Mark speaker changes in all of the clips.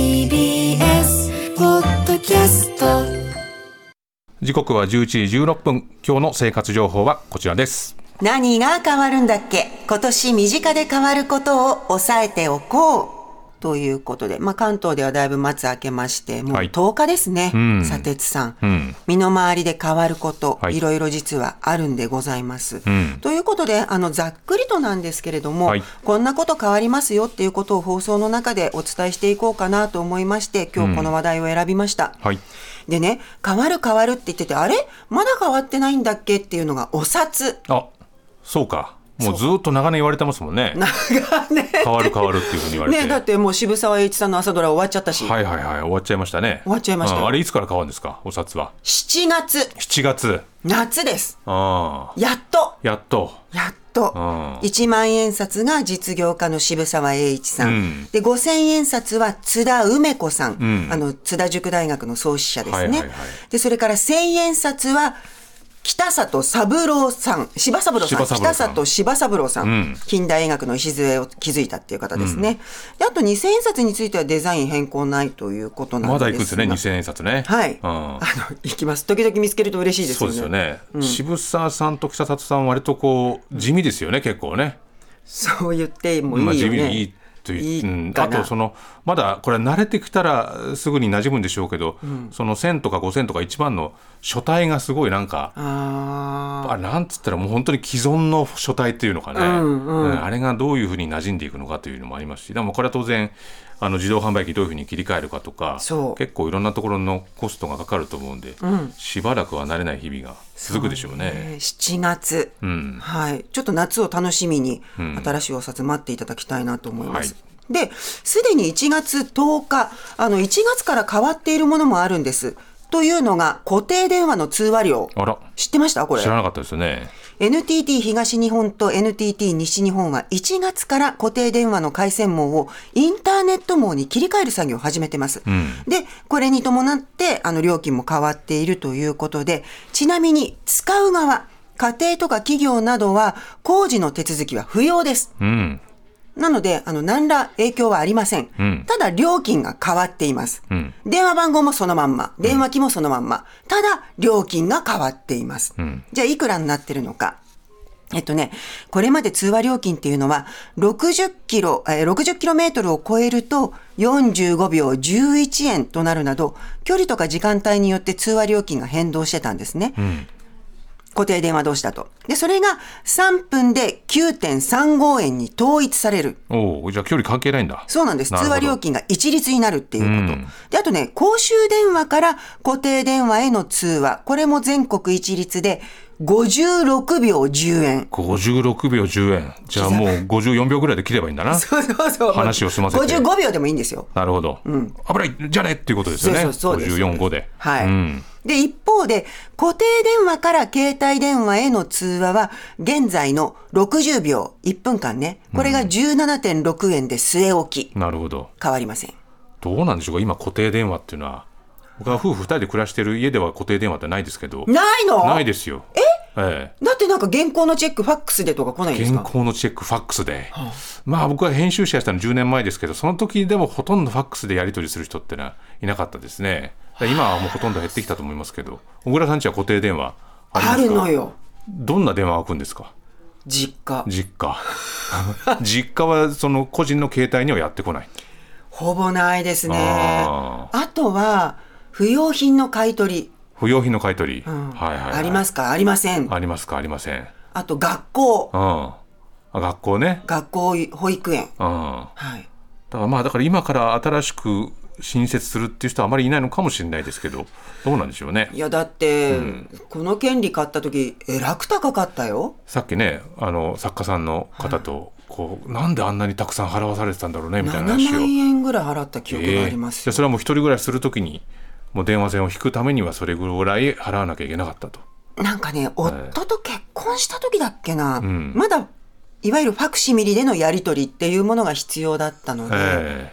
Speaker 1: TBS ポッドキャスト
Speaker 2: 時刻は11時16分今日の生活情報はこちらです
Speaker 3: 何が変わるんだっけ今年身近で変わることを抑えておこう。ということで、まあ、関東ではだいぶ末明けまして、もう
Speaker 2: はい
Speaker 3: 10日ですね、
Speaker 2: ん
Speaker 3: 砂鉄さん,、
Speaker 2: ん
Speaker 3: 身の回りで変わること、
Speaker 2: はい
Speaker 3: い、ろいろ実はあるんでございます。
Speaker 2: ん
Speaker 3: ということで、あの、ざっくりとなんですけれども、
Speaker 2: はい
Speaker 3: こんなこと変わりますよっていうことを放送の中でお伝えしていこうかなと思いまして、今日この話題を選びました。
Speaker 2: はい
Speaker 3: でね、変わる変わるって言ってて、あれまだ変わってないんだっけっていうのがお札。
Speaker 2: あそうかもうずっと長年言われてますもんね
Speaker 3: 長年
Speaker 2: 変わる変わるっていうふうに言われて、
Speaker 3: ねだってもう渋沢栄一さんの朝ドラ終わっちゃったし、
Speaker 2: はいはいはい終わっちゃいましたね
Speaker 3: 終わっちゃいましたよ
Speaker 2: うんあれいつから変わるんですかお札は
Speaker 3: 7月
Speaker 2: 7月
Speaker 3: 夏です
Speaker 2: ああ
Speaker 3: やっと
Speaker 2: やっと
Speaker 3: やっと
Speaker 2: うん
Speaker 3: 1万円札が実業家の渋沢栄一さん、
Speaker 2: うん
Speaker 3: で5000円札は津田梅子さん、
Speaker 2: ん
Speaker 3: あの津田塾大学の創始者です
Speaker 2: は
Speaker 3: ね、
Speaker 2: いはいはい
Speaker 3: でそれから1000円札は北里三郎さん、柴三郎さん、
Speaker 2: 柴三郎さん
Speaker 3: 北里柴三郎さん,、
Speaker 2: うん
Speaker 3: 近代医学の礎を築いたっていう方ですね。であと2000円札についてはデザイン変更ないということなんです
Speaker 2: まだ
Speaker 3: が
Speaker 2: 行くんですよね2000円札ね
Speaker 3: はい、
Speaker 2: う
Speaker 3: あ
Speaker 2: ん
Speaker 3: の行きます時々見つけると嬉しいです
Speaker 2: そう
Speaker 3: よね
Speaker 2: ですよね、渋沢さんと北里さんは割とこう地味ですよね結構ね
Speaker 3: そう言ってもいいよ
Speaker 2: まあ、
Speaker 3: ね、
Speaker 2: 地味にいいという
Speaker 3: いい
Speaker 2: うん、
Speaker 3: か
Speaker 2: あ
Speaker 3: な
Speaker 2: とそのまだこれは慣れてきたらすぐに馴染むんでしょうけど、その1000とか5000とか1万の書体がすごいなんか、
Speaker 3: あ
Speaker 2: あなんつったらもう本当に既存の書体っていうのかね、
Speaker 3: うんうん
Speaker 2: あれがどういうふうに馴染んでいくのかというのもありますしでもこれは当然あの自動販売機どういうふうに切り替えるかとか
Speaker 3: そう
Speaker 2: 結構いろんなところのコストがかかると思うんで、しばらくは慣れない日々が続くでしょう
Speaker 3: あ、
Speaker 2: ね。
Speaker 3: えー7月
Speaker 2: うん、
Speaker 3: はいちょっと夏を楽しみに
Speaker 2: ん
Speaker 3: 新しいお札待っていただきたいなと思います、
Speaker 2: は
Speaker 3: ですでに1月10日あの1月から変わっているものもあるんですというのが固定電話の通話料
Speaker 2: あら
Speaker 3: 知ってましたこれ
Speaker 2: 知らなかったですよね。
Speaker 3: NTT 東日本と NTT 西日本は1月から固定電話の回線網をインターネット網に切り替える作業を始めてます。
Speaker 2: ん
Speaker 3: で、これに伴ってあの料金も変わっているということで、ちなみに使う側、家庭とか企業などは工事の手続きは不要です。
Speaker 2: うん
Speaker 3: なので、あの、何ら影響はありません。
Speaker 2: ん
Speaker 3: ただ、料金が変わっています、
Speaker 2: ん
Speaker 3: 電話番号もそのまんま、電話機もそのまんま。ただ、料金が変わっています。
Speaker 2: ん
Speaker 3: じゃあ、いくらになってるのか。えっとね、これまで通話料金っていうのは、60キロ、えー60キロメートルを超えると、45秒11円となるなど、距離とか時間帯によって通話料金が変動してたんですね。固定電話同士だと。で、それが3分で9.35円に統一される。
Speaker 2: おおじゃあ距離関係ないんだ。
Speaker 3: そうなんです。
Speaker 2: な
Speaker 3: 通
Speaker 2: るほど
Speaker 3: 話料金が一律になるっていうこと。
Speaker 2: うん
Speaker 3: で、あとね、公衆電話から固定電話への通話、これも全国一律で56秒10円。
Speaker 2: 56秒10円じゃあもう54秒ぐらいで切ればいいんだな
Speaker 3: そうそうそう。
Speaker 2: 話を済ませて
Speaker 3: 55秒でもいいんですよ。
Speaker 2: なるほど、危ないじゃねっていうことですよね
Speaker 3: そうそうそうです
Speaker 2: 545で
Speaker 3: はい。
Speaker 2: うん
Speaker 3: で、一方で、固定電話から携帯電話への通話は、現在の60秒、1分間ね、これが17.6円で据え置き。
Speaker 2: なるほど
Speaker 3: 変わりません。
Speaker 2: どうなんでしょうか今固定電話っていうのは僕は夫婦2人で暮らしてる家では固定電話ってないですけど
Speaker 3: ないの
Speaker 2: ないですよええ
Speaker 3: だってなんか原稿のチェック、ファックスでとか来ないん
Speaker 2: え
Speaker 3: です
Speaker 2: 原
Speaker 3: か
Speaker 2: 稿のチェックファックスで、まあ僕は編集者やったの10年前ですけどその時でもほとんどファックスでやり取りする人ってのはいなかったですね今はもうほとんど減ってきたと思いますけど小倉さんちは固定電話ありま
Speaker 3: あ
Speaker 2: すか
Speaker 3: るのよ。
Speaker 2: どんな電話が来るんですか
Speaker 3: 実家。
Speaker 2: 実家 実家はその個人の携帯にはやってこない
Speaker 3: ほぼないですね。
Speaker 2: あ
Speaker 3: あとは、不用品の買い取り。
Speaker 2: 不用品の買い取り、
Speaker 3: うん
Speaker 2: はいはい、はい、
Speaker 3: ありますすかありません。
Speaker 2: ありますかありませんうん
Speaker 3: あと、学校。
Speaker 2: あ学校ね
Speaker 3: 学校、保育
Speaker 2: う
Speaker 3: 園。
Speaker 2: んだか
Speaker 3: はい。
Speaker 2: らまあだから今から新しく新設するっていう人はあまりいないのかもしれないですけどどうなんでしょうね
Speaker 3: いや、だって、この権利買った時、えらく高かったよ。
Speaker 2: さっきねあの作家さんの方とこう、なんであんなにたくさん払わされてたんだろうねみたい
Speaker 3: 7
Speaker 2: な話を
Speaker 3: 万円ぐらい払った記憶
Speaker 2: え
Speaker 3: が
Speaker 2: え
Speaker 3: あります
Speaker 2: じゃ
Speaker 3: よ
Speaker 2: あそれはもう一人暮らしするときにもう電話線を引くためにはそれぐらい払わなきゃいけなかったと
Speaker 3: なんかね、夫と結婚した時だっけな。
Speaker 2: ん
Speaker 3: まだ、いわゆるファクシミリでのやり取りっていうものが必要だったので、
Speaker 2: え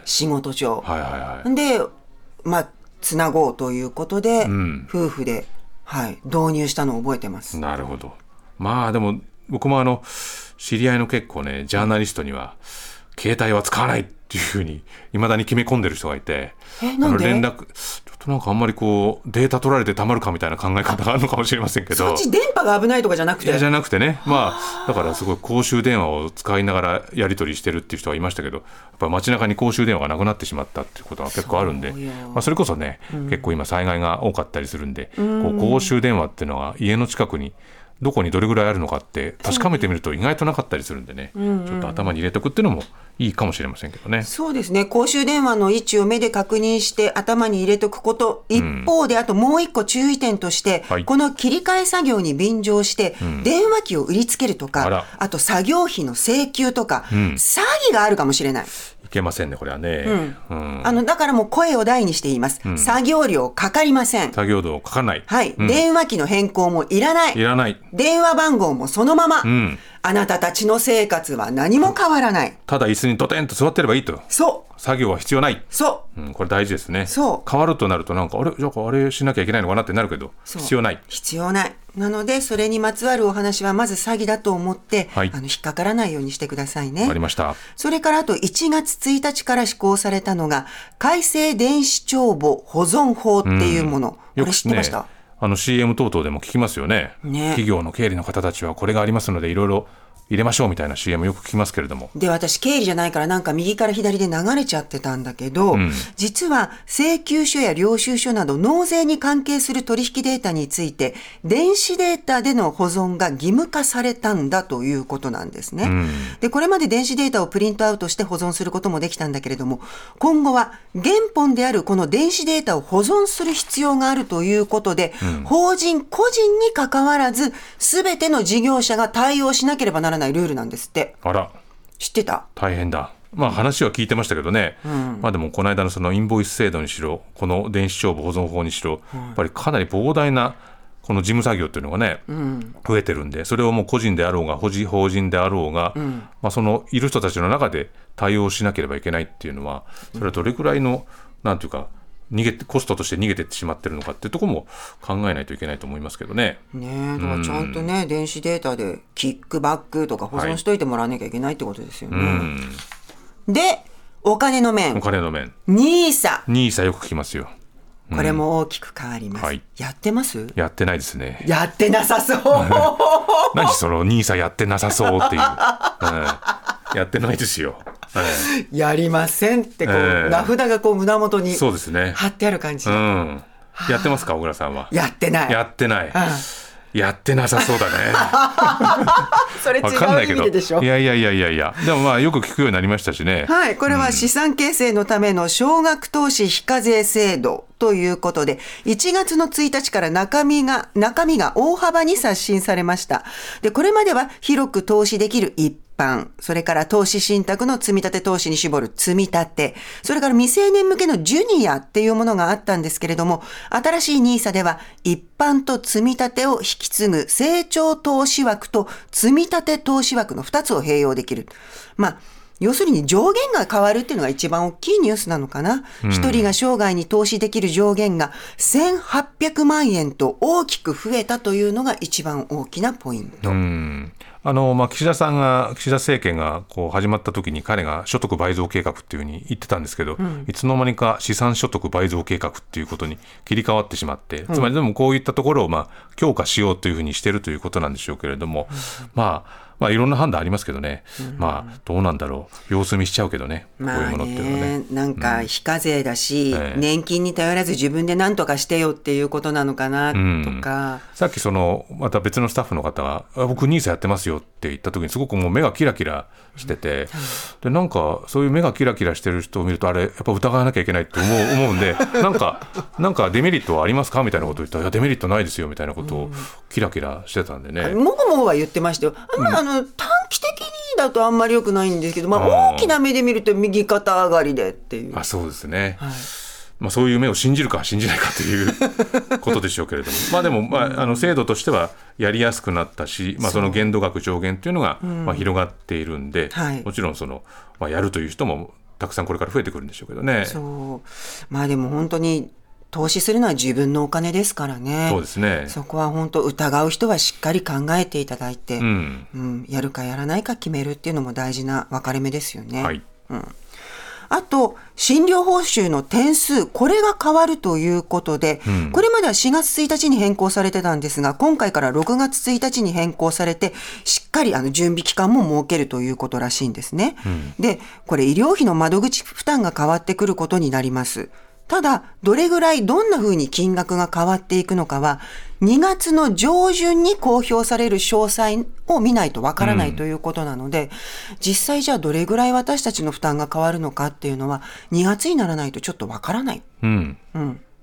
Speaker 2: え
Speaker 3: 仕事上。
Speaker 2: はいはいはい
Speaker 3: で、まあ、つなごうということで、
Speaker 2: ん
Speaker 3: 夫婦で、はい、導入したのを覚えてます。
Speaker 2: なるほど。まあでも僕もあの知り合いの結構ねジャーナリストには携帯は使わないってっていうふうにいまだに決め込んでる人がいて
Speaker 3: えなんで
Speaker 2: あの連絡ちょっとなんかあんまりこうデータ取られてたまるかみたいな考え方があるのかもしれませんけ
Speaker 3: そ
Speaker 2: ど
Speaker 3: っ。ち電波が危ないとかじゃなく
Speaker 2: いやじ
Speaker 3: て
Speaker 2: ゃなくてね、まあ、だからすごい公衆電話を使いながらやり取りしてるっていう人がいましたけど、やっぱ街中に公衆電話がなくなってしまったっていうことが結構あるんで、
Speaker 3: そうよ
Speaker 2: まあ、それこそね、結構今、災害が多かったりするんで、こう公衆電話っていうのは家の近くに、どこにどれぐらいあるのかって確かめてみると意外となかったりするんでね、ちょっと頭に入れておくっていうのもいいかもしれませんけどね。
Speaker 3: そうですね公衆電話の位置を目で確認して頭に入れておくこと一方で、あともう一個注意点として、
Speaker 2: はい
Speaker 3: この切り替え作業に便乗して、電話機を売りつけると
Speaker 2: あ
Speaker 3: からあと作業費の請求とか、詐欺があるかもしれない。
Speaker 2: いけませんね、これはね。うん
Speaker 3: あの、だからもう声を大にして言います。作業料かかりません。
Speaker 2: 作業道を書かない。
Speaker 3: はい。
Speaker 2: うん
Speaker 3: 電話機の変更もいらない。
Speaker 2: いらない。
Speaker 3: 電話番号もそのまま。
Speaker 2: ん
Speaker 3: あなたたちの生活は何も変わらない。
Speaker 2: ただ椅子にドテンと座ってればいいと。
Speaker 3: そう。
Speaker 2: 作業は必要ない。
Speaker 3: そう。
Speaker 2: うん、これ大事ですね
Speaker 3: そう
Speaker 2: 変わるとなるとなんかあれじゃああれしなきゃいけないのかなってなるけど
Speaker 3: そう
Speaker 2: 必要ない
Speaker 3: 必要ない。なので、それにまつわるお話はまず詐欺だと思って、
Speaker 2: はい
Speaker 3: あの、引っかからないようにしてくださいね
Speaker 2: あ。りました
Speaker 3: それからあと1月1日から施行されたのが、改正電子帳簿保存法っていうもの。これ知ってました、
Speaker 2: ねあの CM 等々でも聞きますよね
Speaker 3: ね
Speaker 2: 企業の経理の方たちはこれがありますのでいろいろ入れましょうみたいな CM よく聞きますけれども
Speaker 3: で、私、経理じゃないからなんか右から左で流れちゃってたんだけど、実は請求書や領収書など納税に関係する取引データについて、電子データでの保存が義務化されたんだということなんですね。で、これまで電子データをプリントアウトして保存することもできたんだけれども、今後は原本であるこの電子データを保存する必要があるということで、法人個人に関わらず、すべての事業者が対応しなければならないルールなんですって。
Speaker 2: あら
Speaker 3: 知ってた
Speaker 2: 大変だまあ話は聞いてましたけどね、まあでもこの間のそのインボイス制度にしろこの電子帳簿保存法にしろ、やっぱりかなり膨大なこの事務作業っていうのがね、増えてるんでそれをもう個人であろうが法人法人であろうが、まあ、そのいる人たちの中で対応しなければいけないっていうのはそれはどれくらいのなんていうか逃げてコストとして逃げてってしまってるのかっていうところも考えないといけないと思いますけどね。
Speaker 3: ねえ、だからちゃんとね、電子データでキックバックとか保存しといてもらわなきゃいけないってことですよね。
Speaker 2: うん、
Speaker 3: で、お金の
Speaker 2: お
Speaker 3: 面、
Speaker 2: 金の面
Speaker 3: NISA。
Speaker 2: ニーサよく聞きますよ
Speaker 3: これも大きく変わります。
Speaker 2: はい
Speaker 3: やってます
Speaker 2: やってないですね。
Speaker 3: やってな さそう。
Speaker 2: 何その兄さんやってなさそう っていう、うんやってないですよ、はい
Speaker 3: やりませんってこう、
Speaker 2: ええ
Speaker 3: 名札がこう胸元に
Speaker 2: そうですね
Speaker 3: 貼ってある感じ。
Speaker 2: うんやってますか小倉さんは
Speaker 3: やってない。
Speaker 2: やってない、やってなさそうだね
Speaker 3: そ れ違
Speaker 2: わかんな
Speaker 3: う
Speaker 2: いけ
Speaker 3: 意味
Speaker 2: ど
Speaker 3: ででしょ
Speaker 2: い。やいやいやいやいやでもまあよく聞くようになりましたしね、
Speaker 3: はい、これは資産形成のための少額投資非課税制度ということで、1月の1日から中身が、中身が大幅に刷新されました。で、これまでは広く投資できる一般、それから投資信託の積み立て投資に絞る積み立て、それから未成年向けのジュニアっていうものがあったんですけれども、新しい NISA では一般と積み立てを引き継ぐ成長投資枠と積み立て投資枠の2つを併用できる。まあ要するに上限が変わるっていうのが一番大きいニュースなのかな。一、人が生涯に投資できる上限が1800万円と大きく増えたというのが一番大きなポイント。
Speaker 2: うんあのまあ、岸田さんが、岸田政権がこう始まった時に、彼が所得倍増計画っていうふうに言ってたんですけど、いつの間にか資産所得倍増計画っていうことに切り替わってしまって、つまりでもこういったところをまあ強化しようというふうにしてるということなんでしょうけれども、まあ、まあ、いろんな判断ありますけどね、まあ、どうなんだろう、様子見しちゃうけどね、こういう
Speaker 3: まあ
Speaker 2: ものっていうのはね
Speaker 3: ね。、なんか非課税だし、
Speaker 2: ええ
Speaker 3: 年金に頼らず自分で何とかしてよっていうことなのかなとか、
Speaker 2: さっきそのまた別のスタッフの方があ「僕ニーサやってますよ」って言った時にすごくもう目がキラキラしてて、でなんかそういう目がキラキラしてる人を見るとあれやっぱ疑わなきゃいけないって思う思うんでなんかなんかデメリットはありますかみたいなことを言ったら「いやデメリットないですよ」みたいなことをキラキラしてたんでね。
Speaker 3: もごもごは言ってましたよ。あんまりあの、短期的にだとあんまり良くないんですけど、ま
Speaker 2: あ
Speaker 3: あ
Speaker 2: ー
Speaker 3: 大きな目で見ると右肩上がりでっていう。
Speaker 2: まあ、そうですね、まあ、そういう目を信じるか信じないかと いうことでしょうけれども、まあ、でも、まあ、あの制度としてはやりやすくなったし、まあ、その限度額上限というのが、まあ、広がっているんで、
Speaker 3: はい
Speaker 2: もちろんその、まあ、やるという人もたくさんこれから増えてくるんでしょうけどね。そう
Speaker 3: そう。まあでも本当に投資するのは自分のお金ですからね。
Speaker 2: ですね
Speaker 3: そこは本当疑う人はしっかり考えていただいて、う、
Speaker 2: うんん
Speaker 3: やるかやらないか決めるっていうのも大事な分かれ目ですよね。
Speaker 2: はい、
Speaker 3: あと、診療報酬の点数、これが変わるということで、これまでは4月1日に変更されてたんですが、今回から6月1日に変更されて、しっかりあの準備期間も設けるということらしいんですね。で、これ医療費の窓口負担が変わってくることになります。ただ、どれぐらいどんな風に金額が変わっていくのかは、2月の上旬に公表される詳細を見ないとわからないということなので、実際じゃあどれぐらい私たちの負担が変わるのかっていうのは、2月にならないとちょっとわからない。
Speaker 2: うん。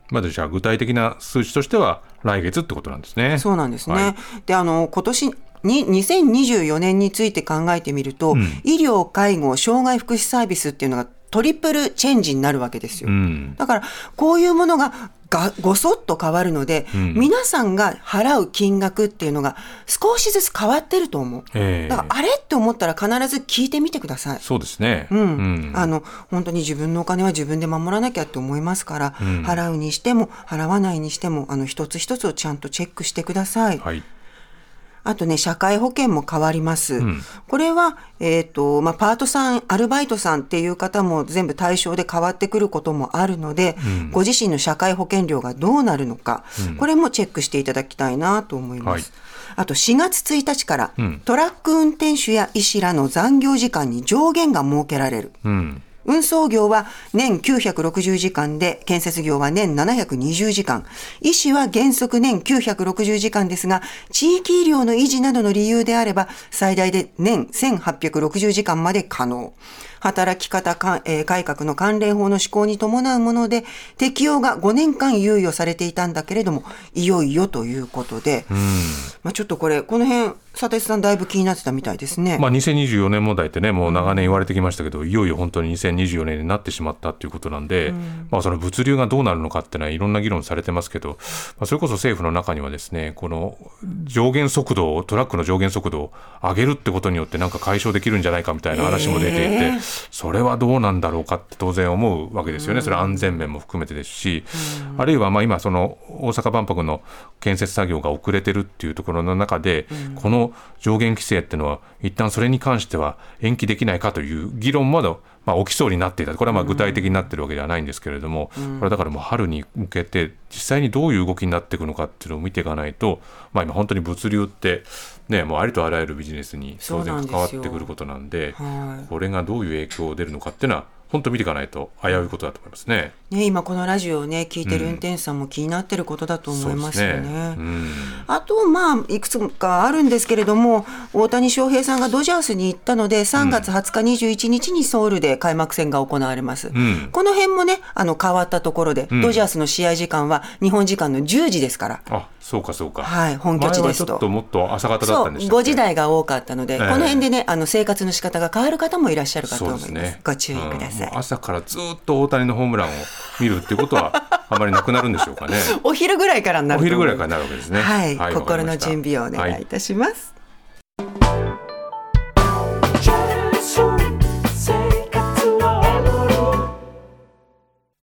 Speaker 2: まだじゃあ具体的な数値としては来月ってことなんですね。
Speaker 3: そうなんですね。
Speaker 2: はい
Speaker 3: で、あの、今年に、2024年について考えてみると、医療、介護、障害福祉サービスっていうのがトリプルチェンジになるわけですよ。
Speaker 2: うん。
Speaker 3: だから、こういうものががごそっと変わるので、皆さんが払う金額っていうのが少しずつ変わってると思う。
Speaker 2: ええ
Speaker 3: だから、あれって思ったら必ず聞いてみてください。
Speaker 2: そうですね。
Speaker 3: うん
Speaker 2: うん
Speaker 3: あの本当に自分のお金は自分で守らなきゃって思いますから、
Speaker 2: ん
Speaker 3: 払うにしても払わないにしてもあの一つ一つをちゃんとチェックしてください。
Speaker 2: はい。
Speaker 3: あとね、社会保険も変わります。
Speaker 2: ん
Speaker 3: これは、えっ、と、まあ、パートさん、アルバイトさんっていう方も全部対象で変わってくることもあるので、ご自身の社会保険料がどうなるのか、これもチェックしていただきたいなと思います。
Speaker 2: はい
Speaker 3: あと4月1日から、
Speaker 2: ん
Speaker 3: トラック運転手や医師らの残業時間に上限が設けられる。
Speaker 2: うん。
Speaker 3: 運送業は年960時間で、建設業は年720時間。医師は原則年960時間ですが、地域医療の維持などの理由であれば、最大で年1860時間まで可能。働き方か、えー改革の関連法の施行に伴うもので、適用が5年間猶予されていたんだけれども、いよいよということで、まあちょっとこれ、この辺、佐藤さんだいぶ気になってたみたいですね。
Speaker 2: まあ、2024年問題ってね、もう長年言われてきましたけど、いよいよ本当に2024年になってしまったということなんで、まあ、その物流がどうなるのかってのは、いろんな議論されてますけど、まあ、それこそ政府の中にはですね、この上限速度を、トラックの上限速度を上げるってことによって、なんか解消できるんじゃないかみたいな話も出ていて、
Speaker 3: え
Speaker 2: それはどうなんだろうかって当然思うわけですよね、それは安全面も含めてですし、あるいはまあ今、その大阪万博の建設作業が遅れてるっていうところの中で、この上限規制っていうのは、一旦それに関しては延期できないかという議論まで、まあ、起きそうになっていた、これはまあ具体的になってるわけではないんですけれども、これだからもう春に向けて、実際にどういう動きになっていくのかっていうのを見ていかないと、まあ、今、本当に物流って、ね、もうありとあらゆるビジネスに当然関わってくることなんで。
Speaker 3: はい
Speaker 2: これがどういう影響を出るのかっていうのは本当見ていかないと危ういことだと思いますね。
Speaker 3: ね、今このラジオをね聞いてる運転手さんも気になってることだと思いますよね。
Speaker 2: そうですうん
Speaker 3: あと、まあ、いくつかあるんですけれども、大谷翔平さんがドジャースに行ったので、3月20日、21日にソウルで開幕戦が行われます。
Speaker 2: ん
Speaker 3: この辺もね、あの、変わったところで、
Speaker 2: ん
Speaker 3: ドジャースの試合時間は日本時間の10時ですから。
Speaker 2: あ、そうかそうか。
Speaker 3: はい本拠地ですと
Speaker 2: 前はちょっともっと朝方だっ
Speaker 3: そ
Speaker 2: た
Speaker 3: う、
Speaker 2: んでしたっけ
Speaker 3: 5時台が多かったので、
Speaker 2: え
Speaker 3: この辺でね、あの、生活の仕方が変わる方もいらっしゃるかと
Speaker 2: そう
Speaker 3: 思い
Speaker 2: で
Speaker 3: ます。
Speaker 2: すね。
Speaker 3: ご注意くださ
Speaker 2: うんも
Speaker 3: い
Speaker 2: う。朝からずっと大谷のホームランを見るっていうことはあまりなくなるんでしょうかね。
Speaker 3: お昼ぐらいからにな
Speaker 2: お
Speaker 3: ると思い
Speaker 2: 昼
Speaker 3: ま
Speaker 2: ぐらいから
Speaker 3: す
Speaker 2: になるわけですね。
Speaker 3: はい、
Speaker 2: わかり
Speaker 3: 心
Speaker 2: ま
Speaker 3: の
Speaker 2: した
Speaker 3: 準備をお願いいたします。